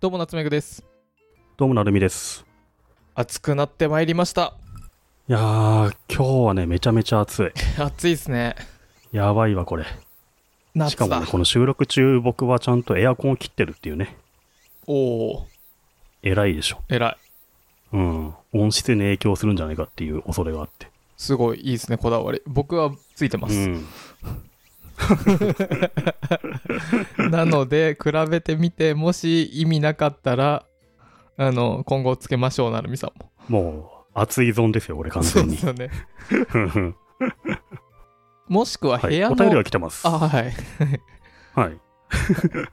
どうも夏目くですどうもなるみです。暑くなってまいりましたいやー、今日はね、めちゃめちゃ暑い。暑いですねやばいわ、これ。し夏かもだね、この収録中、僕はちゃんとエアコンを切ってるっていうね。おお偉いでしょ。えらいうん。音質に影響するんじゃないかっていう恐れがあって。すごいいいですねこだわり僕はついてまうす、ん。 なので比べてみてもし意味なかったらあの今後つけましょうなるみさんももう、熱いゾーンですよ、俺、完そう全でにす。よねうんもしくは は部い。屋おの、便りが来てます。あははいい。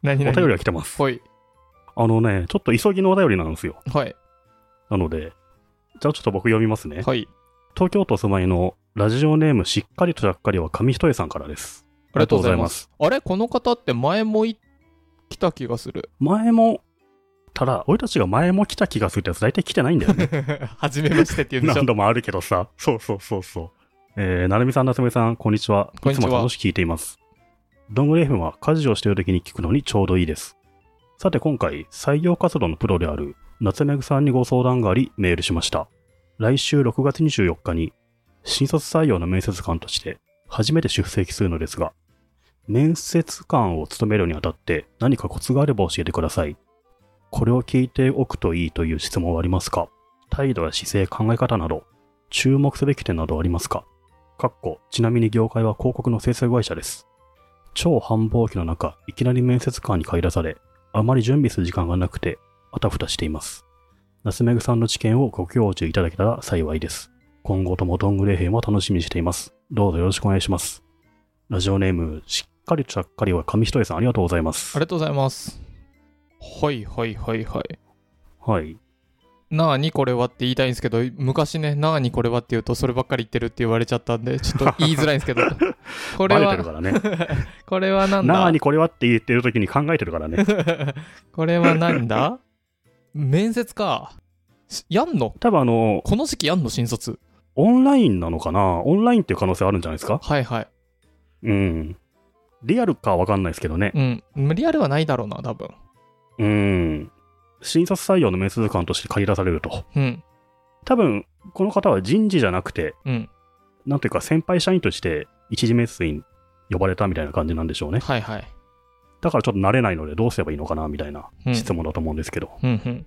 何お何便りが来てます。はいあのね、ちょっと急ぎのお便りなんですよ。はいなので、じゃあちょっと僕読みますね。はい東京都お住まいのラジオネームしっかりとしゃっかりは紙一重さんからです。。ありがとうございますあれこの方って前もい来た気がする 前も、ただ、俺たちが前も来た気がするってやつ、大体来てないんだよね。初めましてって言うんでしょ何度もあるけどさ。そうそうそうそう。えー、なるみさん、なつめさん、こんにちは。こんにいちつはも楽しく聞いています。どんぐり FM は家事をしている時に聞くのにちょうどいいです。さて、今回、採用活動のプロである、なつめぐさんにご相談があり、メールしました。来週6月24日に、新卒採用の面接官として、初めて出席するのですが、面接官を務めるにあたって何かコツがあれば教えてください。これを聞いておくといいという質問はありますか態度や姿勢、考え方など、注目すべき点などありますかかっこ、ちなみに業界は広告の制作会社です。超繁忙期の中、いきなり面接官に駆り出され、あまり準備する時間がなくて、あたふたしています。ナスメグさんの知見をご教授いただけたら幸いです。今後ともどんぐれ編を楽しみにしています。どうぞよろしくお願いします。ラジオネーム、しっかりとしゃっかりは紙一重さんありがとうございまあすり。がとうございます。はいはいはいはい。はい。なあにこれはって言いたいんですけど、昔ね、なあにこれはって言うとそればっかり言ってるって言われちゃったんで、ちょっ と言いづらいんですけど、これバレてるは、からね。これはなんなーだにこれはって言ってる時に考えてるからね。 これはなんだ面接か。しやんの多分あの、この時期やんの新卒。オンラインなのかなオンラインっていう可能性あるんじゃないですかはいはい。うん。リアルかわかんないですけどね。うん。リアルはないだろうな、多分。うん。新卒採用の面接官として借り出されると。うん。多分、この方は人事じゃなくて、うん。なんていうか先輩社員として一時面接に呼ばれたみたいな感じなんでしょうね。はいはい。だからちょっと慣れないのでどうすればいいのかなみたいなうん。質問だと思うんですけど。うんうん。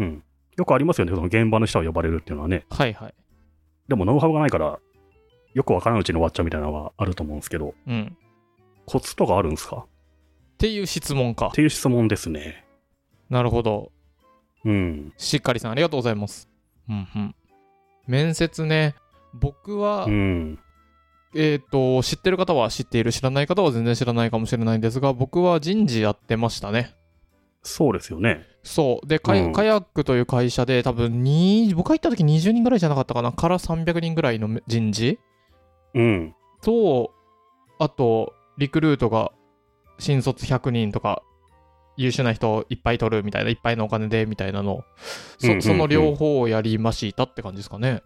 うん。よくありますよね。その現場の人が呼ばれるっていうのはね。はいはい。でもノウハウがないから、よくわからんうちに終わっちゃうみたいなのはあると思うんですけど、うん。コツとかあるんですかっていう質問かっ。ていう質問ですね。なるほど。うん。しっかりさん、ありがとうございます。うんうん。面接ね、僕は、うん。えっ、と、知ってる方は知っている、知らない方は全然知らないかもしれないんですが、僕は人事やってましたね。そうですよね。そう。で、カヤ,、うんカヤックという会社で、多分に、僕が行った時20人ぐらいじゃなかったかな、から300人ぐらいの人事うん。と、あと、リクルートが新卒100人とか、優秀な人をいっぱい取るみたいな、いっぱいのお金でみたいなのを、そ,、うんうんうんその両方をやりましたって感じですか ね。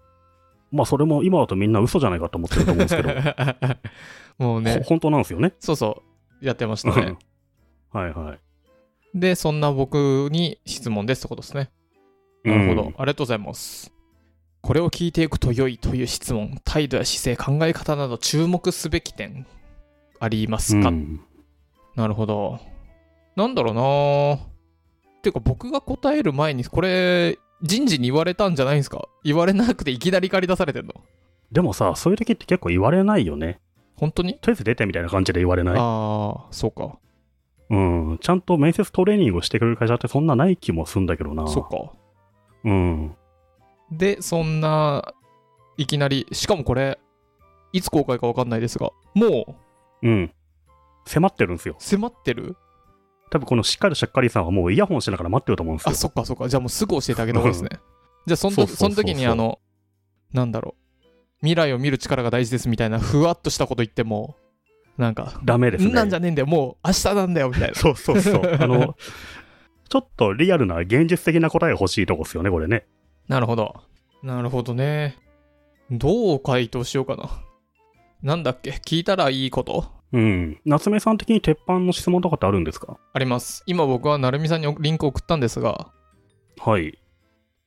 まあ、それも今だとみんな嘘じゃないかと思ってると思うんですけ ど、もうほね、本当なんですよね。そうそう、やってましうたねん。はいはい。で、そんな僕に質問ですってことですね。なるほど、うんありがとうございます。これを聞いていくと良いという質問、態度や姿勢、考え方など注目すべき点ありますか、うんなるほど。なんだろうなーていうか僕が答える前に、これ、人事に言われたんじゃないんですか言われなくていきなり借り出されてんのでもさ、そういう時って結構言われないよね。本当に、とりあえず出てみたいな感じで言われない。ああ、そうか。うん。ちゃんと面接トレーニングをしてくれる会社ってそんなない気もするんだけどな。そうか。うん。で、そんな、いきなり、しかもこれ、いつ公開か分かんないですが、もううん。迫ってるんですよ。迫ってる多分このしっかりしゃっかりさんはもうイヤホンしながら待ってると思うんですあ、よ。そっかそっか。じゃあもうすぐ教えてあげた方がいいですね。じゃあそのそう時そそうそうそのう時にあの、なんだろう、未来を見る力が大事ですみたいな、ふわっとしたこと言っても、なんか、ダメですね。んなんじゃねえんだよ、もう明日なんだよみ たいな。そうそうそう。あの、ちょっとリアルな現実的な答え欲しいとこっすよね、これね。なるほど。なるほどね。どう回答しようかな。なんだっけ聞いたらいいことうん。夏目さん的に鉄板の質問とかってあるんですかあります。今僕は成美さんにリンク送ったんですが、はい。っ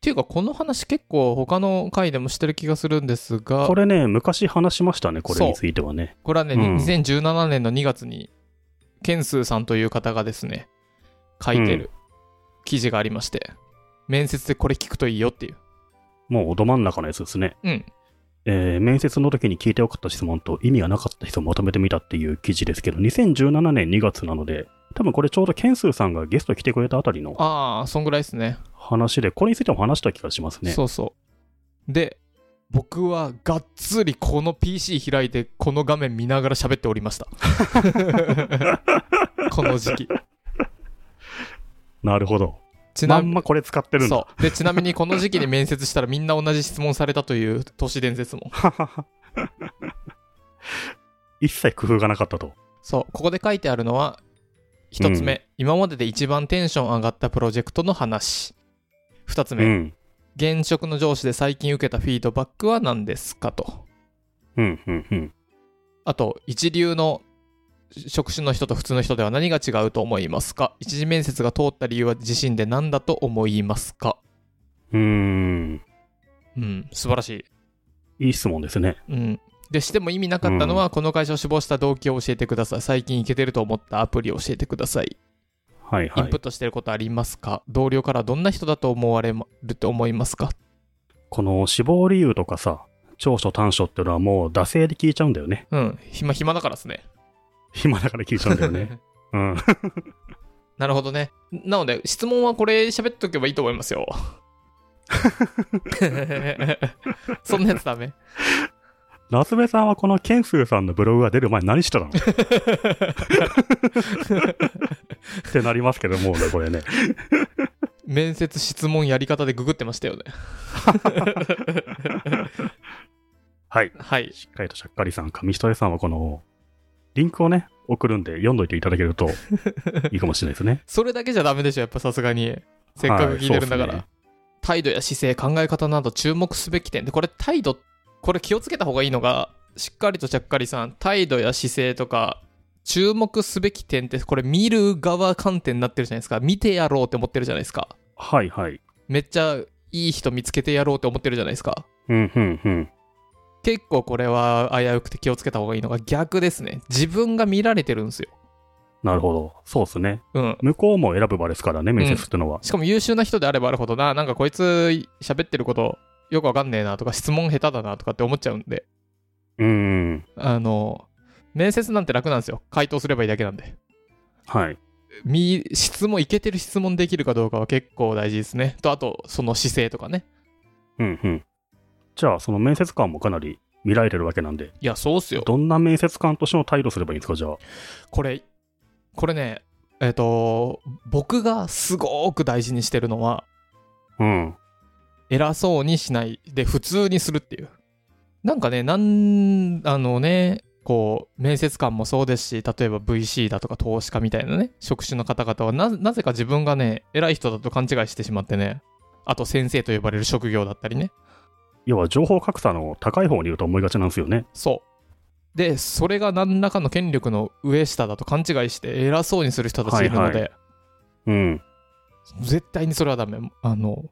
ていうかこの話結構他の回でもしてる気がするんですが、ここれれね、昔話しましたね、これについてはね。はね、うん2017年の2月に、ケンスーさんという方がですね、書いてる記事がありまして、面接でこれ聞くといいよっていう。もうど真ん中のやつですね。うん。えー面接の時に聞いてよかった質問と意味がなかった質問をまとめてみたっていう記事ですけど、2017年2月なので、多分これちょうどケンスーさんがゲスト来てくれたあたりのああ、そんぐらいですね。話で、これについても話した気がしますね。そうそう。で、僕はがっつりこの PC 開いて、この画面見ながら喋っておりました。 この時期。なるほど。ちまなんまこれ使ってるんだ。そうでちなみにこの時期に面接したらみんな同じ質問されたという都市伝説も 一切工夫がなかったと。そうここで書いてあるのは1つ目、う今までで一番テンション上がったプロジェクトの話2つう目、ん。現職の上司で最近受けたフィードバックは何ですかとうん、うん、うん。あと一流の職種の人と普通の人では何が違うと思いますか一次面接が通った理由は自身で何だと思いますかうーん。うん素晴らしいいい質問ですね。うん、でしても意味なかったのは、この会社を志望した動機を教えてください最近いけてると思ったアプリを教えてくださいはいイはンいプッ。トしてることありますか、同僚からどんな人だと思われると思いますかこの死亡理由とかさ、長所短所っていうのはもう惰性で聞いちゃうんだよね。 うん暇暇だからですね暇だから聞いちゃうんだ よね。うん。なるほどねなので質問はこれ喋っとけばいいと思います よ そんなやつダメ夏目さんはこのケンスーさんのブログが出る前何し てたのってなりますけどもうね、これね。面接質問やり方でググってましたよねはい。はいしっかりとしゃっかりさん、上下さんはこの、リンクをね、送るんで読んどいていただ けるといいかもしれないですね。それだけじゃダメでしょやっぱさすがにせっかく聞いてるんだから、はいそうっすね態度や姿勢考え方など注目すべき点でこれ態度これ気をつけた方がいいのがしっかりとちゃっかりさん態度や姿勢とか注目すべき点ってこれ見る側観点になってるじゃないですか見てやろうって思ってるじゃないですかはいはい。めっちゃいい人見つけてやろうって思ってるじゃないですかうんうんうん。結構これは危うくて気をつけた方がいいのが逆ですね自分が見られてるんですよなるほど。そうですね。うん向こうも選ぶ場ですからね、面接ってのは。しかも優秀な人であればあるほどな、なんかこいつ喋ってることよくわかんねえなとか、質問下手だなとかって思っちゃうんで、うん。ん、あの、面接なんて楽なんですよ。回答すればいいだけなんで。はい。み質問、いけてる質問できるかどうかは結構大事ですね。と、あと、その姿勢とかね。うんうん。じゃあ、その面接官もかなり見られてるわけなんで、いや、そうっすよ。どんな面接官としての態度すればいいんですか、じゃあ。これ、これね、えっ、と、僕がすごく大事にしてるのは、うん。偉そうにしないで普通にするっていうなんかねなんあのねこう面接官もそうですし例えば VC だとか投資家みたいなね職種の方々はななぜか自分がね偉い人だと勘違いしてしまってねあと先生と呼ばれる職業だったりね要は情報格差の高い方にいると思いがちなんですよね。そうでそれが何らかの権力の上下だと勘違いして偉そうにする人たちがいるので、はいはうん。絶対にそれはダメあの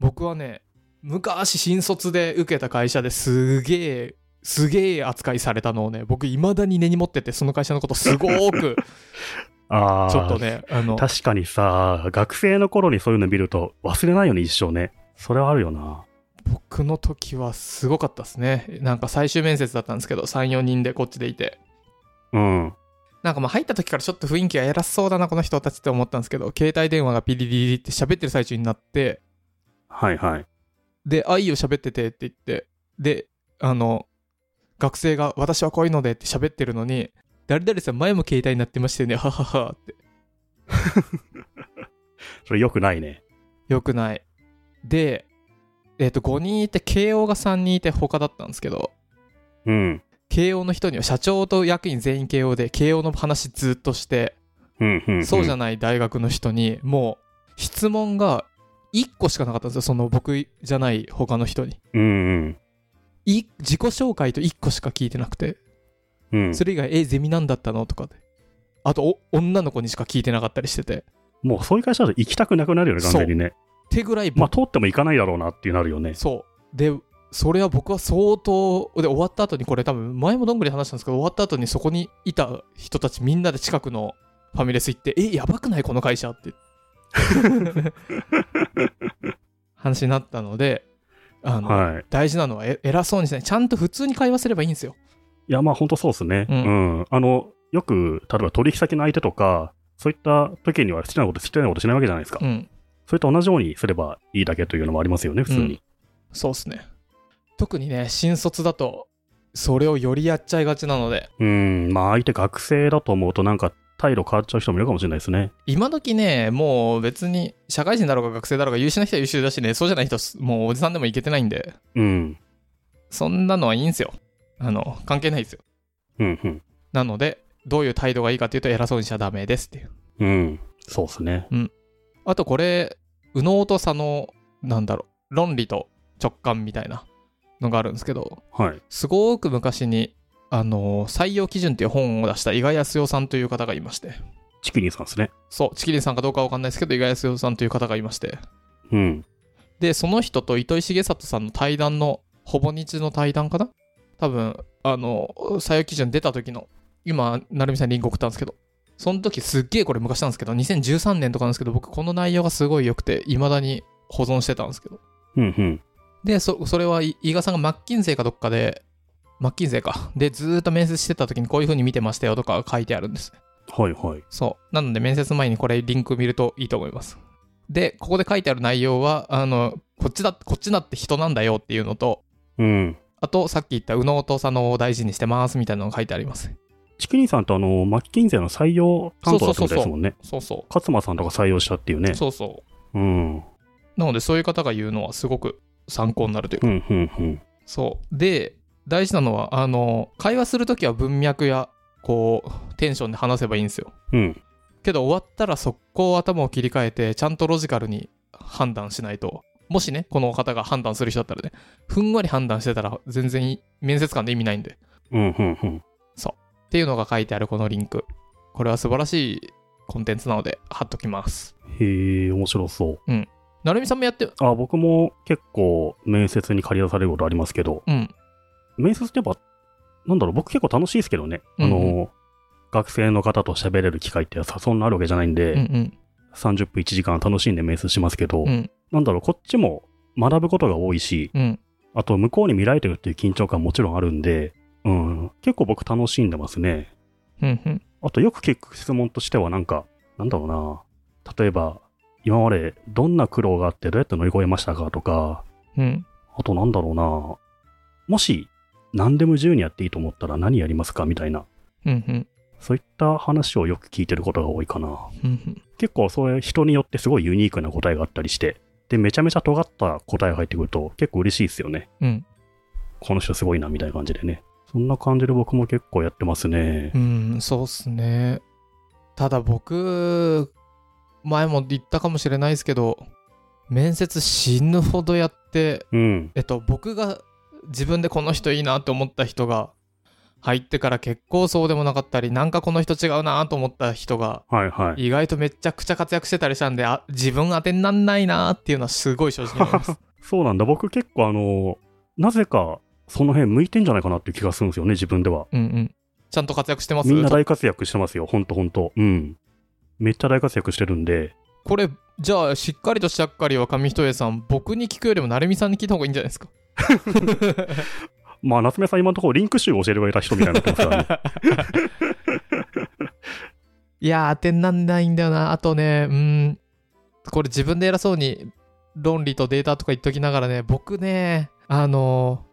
僕はね昔新卒で受けた会社ですげえすげえ扱いされたのをね僕いまだに根に持っててその会社のことすごーく ああ、ちょっと。ねあの確かにさ、学生の頃にそういうの見ると忘れないよね、一生ね。それはあるよな。僕の時はすごかったですねなんか最終面接だったんですけど34人でこっちでいてうん。なんかまあ入った時からちょっと雰囲気が偉そうだなこの人たちって思ったんですけど携帯電話がピリリリって喋ってる最中になってはいはい。で、愛を喋っててって言って、で、あの、学生が私はこういうのでって喋ってるのに、誰々さん前も携帯になってましたよね、はははって。それ良くないね。よくない。で、えっ、と、5人いて、慶応が3人いて、他だったんですけど、うん。慶応の人には社長と役員全員慶応で、慶応の話ずっとして、うん、うん。そうじゃん。ない大学の人に、もう、質問が1個しかなかったんですよ、その僕じゃない他の人に。うん、うん。い自己紹介と1個しか聞いてなくて。うん。それ以外、え、ゼミなんだったのとかで。あとお、女の子にしか聞いてなかったりしてて。っもうそういう会社だと行きたくなくなるよね、完全にね。てぐらい、まあ、通っても行かないだろうなっていうなるよね。そう。で、それは僕は相当、で、終わった後に、これ多分、前もどんぐり話したんですけど、終わった後にそこにいた人たちみんなで近くのファミレス行って、え、やばくないこの会社 って。話になったので、あの、はい。大事なのはえ偉そうにしない。ちゃんと普通に会話すればいいんですよ。いや、まあ、本当そうですね。ううんん、あの、よく、例えば取引先の相手とか、そういった時には好きなこと、好きなことしないわけじゃないですか。うん。それと同じようにすればいいだけというのもありますよね、普通に。そうっすね。特にね、新卒だと、それをよりやっちゃいがちなので、うん、まあ、相手学生だと思うと、なんか、態度変わっちゃう人もいるかもしれないですね。今時ね、もう別に社会人だろうが学生だろうが優秀な人は優秀だしね、そうじゃない人はもうおじさんでもいけてないんで、うん。そんなのはいいんですよ。あの、関係ないですよ。うん、うん。なので、どういう態度がいいかというと偉そうにしちゃダメですっていう。うん。そうですね。あとこれ、右脳と左脳、なんだろう、論理と直感みたいなのがあるんですけど、はい。すごく昔に、あの採用基準っていう本を出した伊賀康代さんという方がいまして、チキニーさんですね。そう、チキリンさんかどうかわかんないですけど、伊賀康代さんという方がいまして、うん。で、その人と糸井重里さんの対談の、ほぼ日の対談かな多分、あの、採用基準出た時の、今、成美さんにリンク送ったんですけど、その時すっげえこれ昔なんですけど、2013年とかなんですけど、僕この内容がすごい良くて、未だに保存してたんですけど、うん、うん。で、そそれはい伊賀さんがマッキンゼーかどっかで、マッキンゼーか。で、ずーっと面接してた時にこういう風に見てましたよとか書いてあるんです。はい、はい。そう。なので面接前にこれリンク見るといいと思います。で、ここで書いてある内容は、あの、こっちだ、こっちだって人なんだよっていうのと、うん。あと、さっき言った右脳と左脳を大事にしてますみたいなのが書いてあります。チキニーさんとあの、マッキンゼーの採用担当だったみたいですもんね。そうそ勝間さんとか採用したっていうう。ね。そうそう。うん。うん、なので、そういう方が言うのはすごく参考になるというか。うん、うん。そう。で、大事なのは、あの、会話するときは文脈や、こう、テンションで話せばいいんですよ。うん。けど終わったら速攻頭を切り替えてちゃんとロジカルに判断しないともしねこの方が判断する人だったらねふんわり判断してたら全然い面接官で意味ないんでうん、うん、うん。っていうのが書いてあるこのリンクこれは素晴らしいコンテンツなので貼っときますへえ、面白そう。なるみさんもやってあ僕も結構面接に借り出されることありますけど、うん面接ってやっぱ、なんだろう、僕結構楽しいですけどね、うんうんあの、学生の方と喋れる機会ってそんなあるわけじゃないんで、うんうん30分1時間楽しんで面接しますけうど、んなんだろう、こっちも学ぶことが多いし、うんあと向こうに見られてるっていう緊張感もちろんあるんで、うん、結構僕楽しんでますね。うんうんあとよく聞く質問としてはなんか、なんだろうな、例えば、今までどんな苦労があってどうやって乗り越えましたかとか、うんあとなんだろうなもし何でも自由にやっていいと思ったら何やりますかみたいな、うんうんそういった話をよく聞いてることが多いかな。うん結構それ人によってすごいユニークな答えがあったりして、で、めちゃめちゃ尖った答えが入ってくると結構嬉しいですよね。うんこの人すごいなみたいな感じでね。そんな感じで僕も結構やってますねう。ん、そうっすね。ただ僕、前も言ったかもしれないですけど、面接死ぬほどやって、うん。えっと、僕が自分でこの人いいなと思った人が入ってから結構そうでもなかったり、なんかこの人違うなと思った人が、はいはい。意外とめちゃくちゃ活躍してたりしたんで、あ自分当てになんないなっていうのはすごい正直に思います。そうなんだ。僕結構あの、なぜかその辺向いてんじゃないかなっていう気がするんですよね、自分では。うんうん。ちゃんと活躍してますみんな大活躍してますよ、ほんとほんと。うん。めっちゃ大活躍してるんで、これ、じゃあ、しっかりとしゃっかりは紙一重さん、僕に聞くよりも成美さんに聞いた方がいいんじゃないですか。まあ、夏目さん、今のところリンク集を教えてくれた人みたいになってます からね。いやー、当てになんないんだよな。あとね、うーん、これ自分で偉そうに論理とデータとか言っときながらね、僕ね、あのー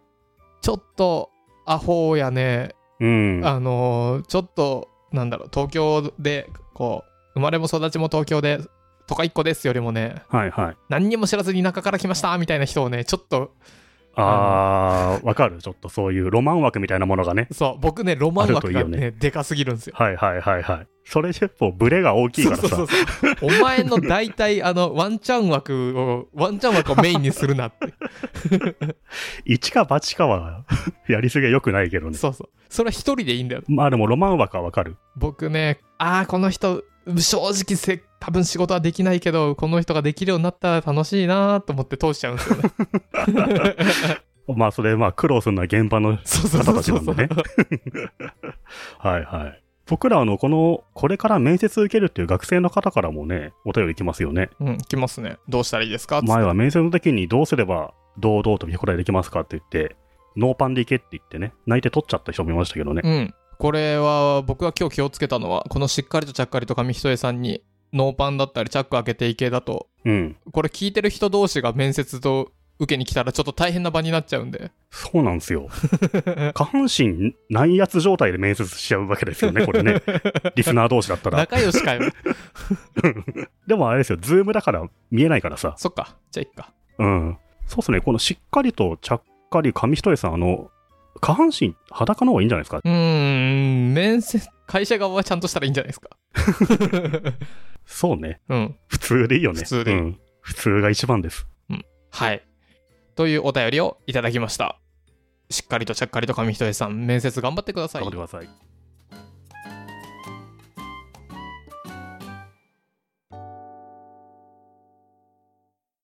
ちょっとアホやね、うん。あのーちょっと、なんだろう、東京で、こう、生まれも育ちも東京で、とか一個ですよりもね、はいはい。何にも知らずに田舎から来ましたみたいな人をね、ちょっとあー、わかる。ちょっとそういうロマン枠みたいなものがね。そう、僕ね、ロマン枠あがるといいよね、でかすぎるんですよ。はいはいはいはい。それ結構ブレが大きいからそさう。そうそうそうお前の大体、あの、ワンチャン枠を、ワンチャン枠をメインにするなって。一か八かは やりすぎは良くないけどね。そうそう。それは一人でいいんだよ。まあでもロマン枠はわかる。僕ね、ああ、この人、正直せ、多分仕事はできないけど、この人ができるようになったら楽しいなーと思って通しちゃうんですよね。まあそれまあ苦労するのは現場の。 そうそうそう方たちそなうんでねはいはい。僕らあの、この、これから面接受けるっていう学生の方からもね、お便り来ますよね。 うん、来ますね。どうしたらいいですか前は面接の時にどうすれば堂々と見答えできますかって言って、ノーパンでいけって言ってね、泣いて取っちゃった人もいましたけどね。うん。これは僕が今日気をつけたのは、このしっかりとちゃっかりと紙一重さんに、ノーパンだったり、チャック開けていけだと、うん。これ聞いてる人同士が面接と受けに来たらちょっと大変な場になっちゃうんで。そうなんで すよ。下半身内圧状態で面接しちゃうわけですよね、こ れね。リスナー同士だったら。仲良しかよ。でもあれですよ、ズームだから見えないからさ。そっか。じゃあいっか。うん。そうっすね、このしっかりとちゃっかり紙一重さん、あの、下半身裸の方がいいんじゃないですか。うーん、面接、会社側はちゃんとしたらいいんじゃないですか。そうね。うん。普通でいいよね。普通でいいうん。普通が一番です。はい。というお便りをいただきました。しっかりとちゃっかりと紙一重さん、面接頑張ってください頑張っ。てください。